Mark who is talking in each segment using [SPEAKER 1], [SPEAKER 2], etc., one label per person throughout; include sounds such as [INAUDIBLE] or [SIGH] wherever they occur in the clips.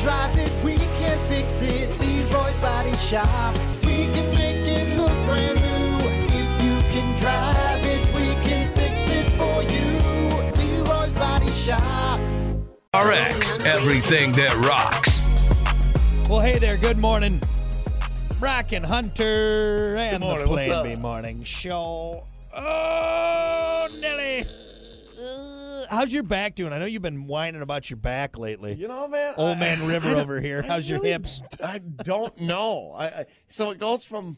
[SPEAKER 1] drive it, we can fix it. Leroy's Body Shop. We can make it look brand new. If you can drive it, we can fix it for you. Leroy's Body Shop.
[SPEAKER 2] RX, everything that rocks.
[SPEAKER 3] Well, hey there. Good morning, Rockin' Hunter, and
[SPEAKER 4] morning,
[SPEAKER 3] the
[SPEAKER 4] what's
[SPEAKER 3] Plan
[SPEAKER 4] up?
[SPEAKER 3] B Morning Show. Oh, Nelly, Uh, how's your back doing? I know you've been whining about your back lately.
[SPEAKER 4] You know, man.
[SPEAKER 3] Old
[SPEAKER 4] I- [LAUGHS]
[SPEAKER 3] man River
[SPEAKER 4] I don't-
[SPEAKER 3] over here.
[SPEAKER 4] I
[SPEAKER 3] How's your
[SPEAKER 4] really-
[SPEAKER 3] hips?
[SPEAKER 4] I don't know. I, I so it goes from.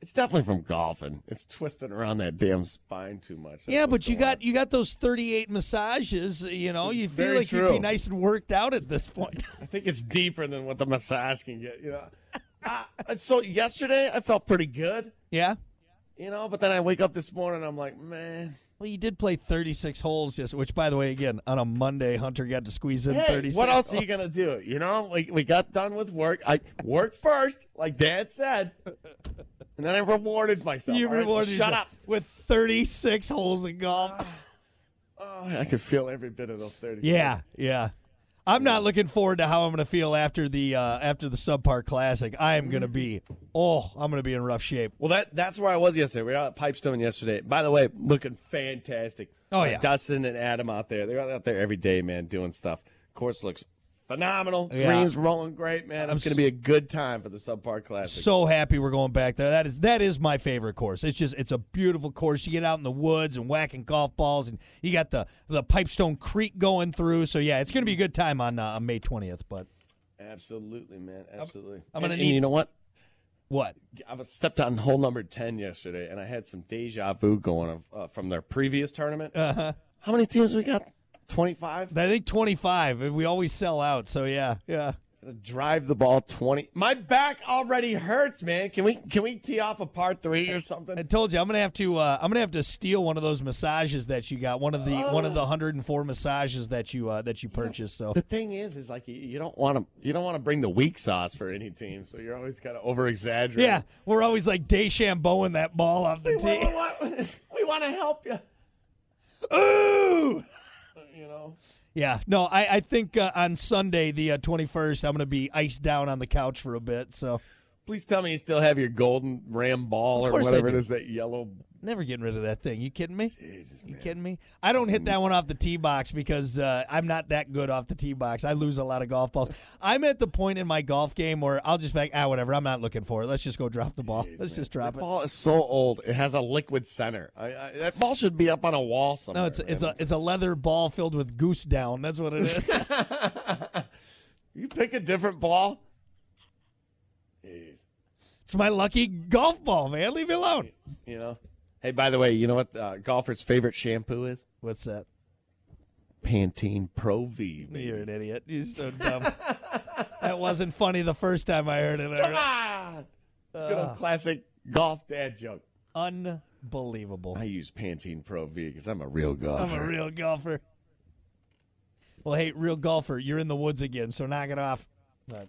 [SPEAKER 4] It's definitely from golfing. It's twisting around that damn spine too much. That's
[SPEAKER 3] Yeah,
[SPEAKER 4] what's
[SPEAKER 3] but you
[SPEAKER 4] going
[SPEAKER 3] got you got those 38 massages. You know, you
[SPEAKER 4] It's
[SPEAKER 3] feel
[SPEAKER 4] very
[SPEAKER 3] like you'd be
[SPEAKER 4] true.
[SPEAKER 3] nice and worked out at this point. [LAUGHS]
[SPEAKER 4] on. I think it's deeper than what the massage can get. You know. Uh, so yesterday I felt pretty good.
[SPEAKER 3] yeah.
[SPEAKER 4] You know, but then I wake up this morning I'm like, man.
[SPEAKER 3] Well, you did play 36 holes yesterday, which, by the way, again on a Monday, Hunter got to squeeze in
[SPEAKER 4] Hey,
[SPEAKER 3] 36.
[SPEAKER 4] what else are you
[SPEAKER 3] holes.
[SPEAKER 4] gonna do? You know, we, we got done with work. I worked first, like Dad said, and then I rewarded myself.
[SPEAKER 3] You
[SPEAKER 4] all right? So
[SPEAKER 3] rewarded
[SPEAKER 4] Shut
[SPEAKER 3] yourself
[SPEAKER 4] up.
[SPEAKER 3] with 36 holes in golf.
[SPEAKER 4] [SIGHS] Oh, I could feel every bit of those thirty.
[SPEAKER 3] Yeah, yeah. I'm not looking forward to how I'm going to feel after the uh, after the subpar classic. I am going to be oh, I'm going to be in rough shape.
[SPEAKER 4] Well, that that's where I was yesterday. We were out at Pipestone yesterday. By the way, looking fantastic.
[SPEAKER 3] Oh,
[SPEAKER 4] Uh,
[SPEAKER 3] yeah.
[SPEAKER 4] Dustin and Adam out there. They're out there every day, man, doing stuff. Course looks phenomenal.
[SPEAKER 3] Yeah.
[SPEAKER 4] Green's rolling great, man.
[SPEAKER 3] I'm
[SPEAKER 4] It's going
[SPEAKER 3] s-
[SPEAKER 4] to be a good time for the subpar classic.
[SPEAKER 3] So happy we're going back there. That is that is my favorite course. It's just it's a beautiful course. You get out in the woods and whacking golf balls, and you got the the Pipestone Creek going through. So yeah, it's going to be a good time on, uh, on May 20th. But
[SPEAKER 4] Absolutely, man. Absolutely.
[SPEAKER 3] I'm gonna
[SPEAKER 4] And- and
[SPEAKER 3] need-
[SPEAKER 4] you know what?
[SPEAKER 3] what?
[SPEAKER 4] I was stepped on hole number 10 yesterday, and I had some deja vu going uh, from their previous tournament. Uh-huh. How many teams we got? 25?
[SPEAKER 3] I think 25. We always sell out. So yeah, yeah.
[SPEAKER 4] Gotta drive the ball 20. My back already hurts, man. Can we can we tee off a part three or
[SPEAKER 3] I
[SPEAKER 4] something?
[SPEAKER 3] told you I'm gonna have to. Uh, I'm gonna have to steal one of those massages that you got. One of the one of the 104 massages that you uh, that you purchased. So
[SPEAKER 4] The thing is, is like you, you don't want to you don't want to bring the weak sauce for any team, so you're always kind of over exaggerating.
[SPEAKER 3] yeah, we're always like Deschambeauing that ball off the
[SPEAKER 4] we, we,
[SPEAKER 3] tee.
[SPEAKER 4] want, [LAUGHS] we want to help you.
[SPEAKER 3] Ooh.
[SPEAKER 4] You know,
[SPEAKER 3] [LAUGHS] Yeah. No, I I think uh, on Sunday the uh, 21st I'm gonna be iced down on the couch for a bit. So
[SPEAKER 4] please tell me you still have your golden ram ball
[SPEAKER 3] Of
[SPEAKER 4] or
[SPEAKER 3] course I
[SPEAKER 4] whatever it
[SPEAKER 3] do.
[SPEAKER 4] is that yellow.
[SPEAKER 3] never getting rid of that thing. You kidding me? you kidding me? I don't hit that one off the tee box because uh, I'm not that good off the tee box. I lose a lot of golf balls. I'm at the point in my golf game where I'll just be like, ah, whatever. I'm not looking for it. Let's just go drop the ball. Let's just drop
[SPEAKER 4] That
[SPEAKER 3] it.
[SPEAKER 4] ball is so old. It has a liquid center. I, I, that ball should be up on a wall somewhere.
[SPEAKER 3] No, it's it's
[SPEAKER 4] man.
[SPEAKER 3] a it's a leather ball filled with goose down. That's what it
[SPEAKER 4] [LAUGHS]
[SPEAKER 3] is.
[SPEAKER 4] You pick a different ball. Jeez.
[SPEAKER 3] it's my lucky golf ball, man. Leave me alone.
[SPEAKER 4] You know. Hey, by the way, you know what uh, golfer's favorite shampoo is?
[SPEAKER 3] What's that?
[SPEAKER 4] Pantene Pro V. baby.
[SPEAKER 3] You're an idiot. You're so
[SPEAKER 4] [LAUGHS]
[SPEAKER 3] dumb. that wasn't funny the first time I heard it. I re-
[SPEAKER 4] Ah! Good old classic golf dad joke.
[SPEAKER 3] Unbelievable.
[SPEAKER 4] I use Pantene Pro V because I'm a real
[SPEAKER 3] I'm
[SPEAKER 4] golfer.
[SPEAKER 3] a real golfer. Well, hey, real golfer, you're in the woods again, so knock it off. But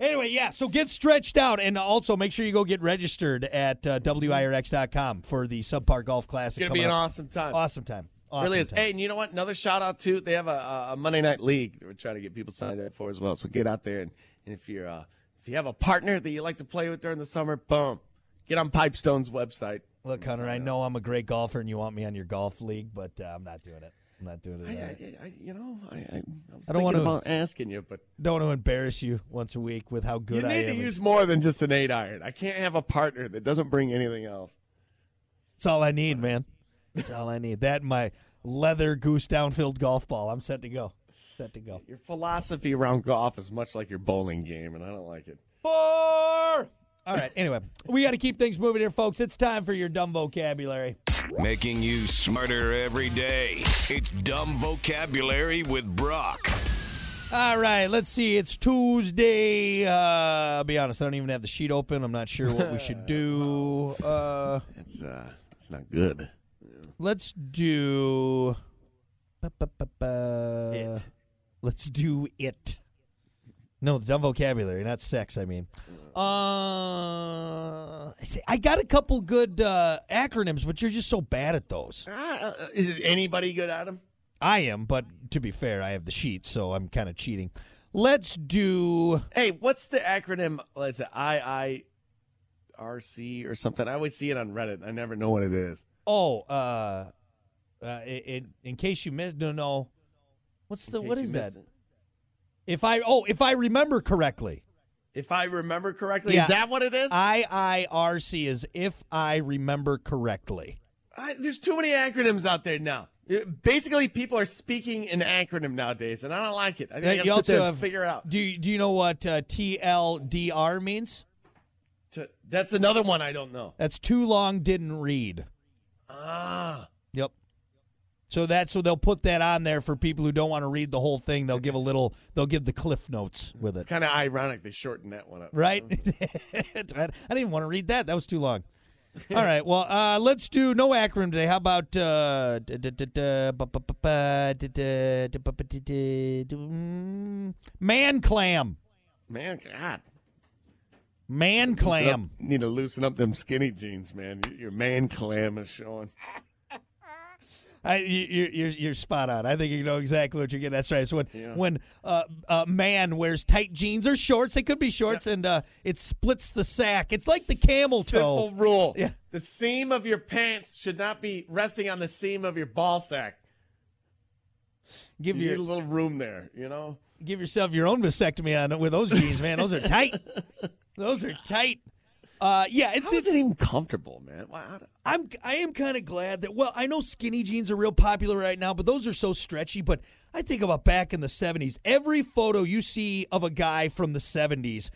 [SPEAKER 3] anyway, yeah, so get stretched out and also make sure you go get registered at uh, WIRX.com for the Subpar Golf Classic.
[SPEAKER 4] it's gonna be
[SPEAKER 3] coming
[SPEAKER 4] an
[SPEAKER 3] up.
[SPEAKER 4] awesome time.
[SPEAKER 3] awesome time. Awesome
[SPEAKER 4] really is.
[SPEAKER 3] time.
[SPEAKER 4] Hey, and you know what? Another shout out to they have a, a Monday night league that we're trying to get people signed up for as well. So get out there and, and if you're uh, if you have a partner that you like to play with during the summer, boom, get on Pipestone's website.
[SPEAKER 3] Look, Hunter, I know I'm a great golfer and you want me on your golf league, but uh, I'm not doing it. I'm not doing it.
[SPEAKER 4] I,
[SPEAKER 3] I,
[SPEAKER 4] I, I, you know, I, I, I, was
[SPEAKER 3] I don't wanna-
[SPEAKER 4] thinking about asking you, but
[SPEAKER 3] don't want to embarrass you once a week with how
[SPEAKER 4] you
[SPEAKER 3] good I
[SPEAKER 4] need to
[SPEAKER 3] am.
[SPEAKER 4] use more than just an eight iron. I can't have a partner that doesn't bring anything else.
[SPEAKER 3] It's all I need, man. It's all I need. That and my leather goose downfield golf ball. I'm set to go. Set to go.
[SPEAKER 4] Your philosophy around golf is much like your bowling game, and I don't like it.
[SPEAKER 3] Four. All right. Anyway, we got to keep things moving here, folks. It's time for your dumb vocabulary.
[SPEAKER 2] Making you smarter every day. It's Dumb Vocabulary with Brock.
[SPEAKER 3] All right. Let's see. It's Tuesday. Uh, I'll be honest. I don't even have the sheet open. I'm not sure what we
[SPEAKER 4] [LAUGHS]
[SPEAKER 3] should do. Uh,
[SPEAKER 4] It's uh, it's not good.
[SPEAKER 3] let's do. ba, ba, ba, ba.
[SPEAKER 4] It.
[SPEAKER 3] Let's do it. No, dumb vocabulary, not sex. I mean, uh, I see, I got a couple good uh, acronyms, but you're just so bad at those.
[SPEAKER 4] Ah, uh, is anybody good at them?
[SPEAKER 3] I am, but to be fair, I have the sheet, so I'm kind of cheating. Let's do.
[SPEAKER 4] Hey, what's the acronym? What is it IIRC or something? I always see it on Reddit. I never know what it is.
[SPEAKER 3] Oh, uh, uh, in, in, in case you missed, no, no. What's the
[SPEAKER 4] In
[SPEAKER 3] what
[SPEAKER 4] case
[SPEAKER 3] is
[SPEAKER 4] you
[SPEAKER 3] that?
[SPEAKER 4] missed it.
[SPEAKER 3] If I oh, if I remember correctly,
[SPEAKER 4] If I remember correctly,
[SPEAKER 3] Yeah. Uh,
[SPEAKER 4] is that what it is?
[SPEAKER 3] IIRC is if I remember correctly.
[SPEAKER 4] I, there's too many acronyms out there now. It- basically, people are speaking an acronym nowadays, and I don't like it. I
[SPEAKER 3] Uh,
[SPEAKER 4] think
[SPEAKER 3] you
[SPEAKER 4] I
[SPEAKER 3] also
[SPEAKER 4] to
[SPEAKER 3] have-
[SPEAKER 4] figure it out.
[SPEAKER 3] Do you, do you know what uh, TLDR means?
[SPEAKER 4] To- that's another one I don't know.
[SPEAKER 3] That's too long didn't read.
[SPEAKER 4] Ah,
[SPEAKER 3] Yep. So that's so they'll put that on there for people who don't want to read the whole thing. They'll give a little. They'll give the cliff notes with it.
[SPEAKER 4] kind of ironic they shortened that one up.
[SPEAKER 3] right? [LAUGHS] I
[SPEAKER 4] Mm-hmm.
[SPEAKER 3] didn't even want to read that. That was too long. [LAUGHS] All right. Well, uh, let's do no acronym today. How about uh, da- da- da- da- ba- ba- ba- ba- da- da- da- ba- ba- da- da- da- mm, man clam?
[SPEAKER 4] Man, God.
[SPEAKER 3] Man clam.
[SPEAKER 4] Up- need to loosen up them skinny jeans, man. Y- Your man clam is showing.
[SPEAKER 3] I, you, you- you're, you're spot on. I think you know exactly what you're getting. That's right. It's when when uh, uh, man wears tight jeans or shorts. They could be shorts, and uh, it splits the sack. It's like the camel
[SPEAKER 4] Simple
[SPEAKER 3] toe.
[SPEAKER 4] rule.
[SPEAKER 3] Yeah.
[SPEAKER 4] The seam of your pants should not be resting on the seam of your ball sack.
[SPEAKER 3] Give
[SPEAKER 4] You need a
[SPEAKER 3] your
[SPEAKER 4] little room there, you know?
[SPEAKER 3] give yourself your own vasectomy on with those jeans, man. Those are tight. those are tight. Uh, yeah, it's,
[SPEAKER 4] How is
[SPEAKER 3] it's
[SPEAKER 4] it even comfortable, man? Why- how do-
[SPEAKER 3] I'm I am kind of glad that well I know skinny jeans are real popular right now but those are so stretchy but I think about back in the 70s every photo you see of a guy from the 70s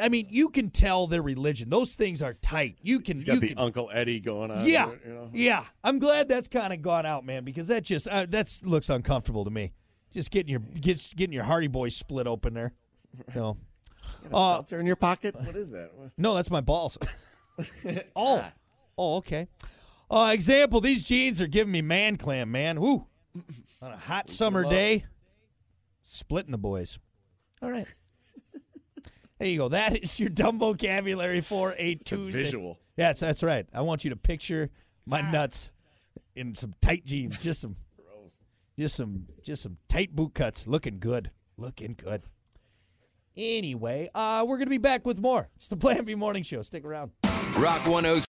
[SPEAKER 3] I mean you can tell their religion those things are tight you can
[SPEAKER 4] He's got
[SPEAKER 3] you
[SPEAKER 4] the
[SPEAKER 3] can
[SPEAKER 4] Uncle Eddie going on.
[SPEAKER 3] yeah
[SPEAKER 4] there, you know?
[SPEAKER 3] yeah I'm glad that's kind of gone out man because that just uh, that looks uncomfortable to me just getting your get, getting your Hardy Boy split open there so uh,
[SPEAKER 4] Seltzer in your pocket? What is that? What-
[SPEAKER 3] no, that's my
[SPEAKER 4] [LAUGHS]
[SPEAKER 3] balls. oh,
[SPEAKER 4] Ah.
[SPEAKER 3] oh, okay. Uh, example: These jeans are giving me man clam, man. Woo! On a hot summer
[SPEAKER 4] up.
[SPEAKER 3] day, splitting the boys. All right. There you go. That is your dumb vocabulary for a
[SPEAKER 4] a
[SPEAKER 3] Tuesday.
[SPEAKER 4] visual.
[SPEAKER 3] Yes, that's right. I want you to picture my nuts in some tight jeans, just some, just some, just some tight boot cuts, looking good, looking good. Anyway, uh, we're gonna be back with more. It's the Plan B Morning Show. Stick around.
[SPEAKER 2] Rock 106.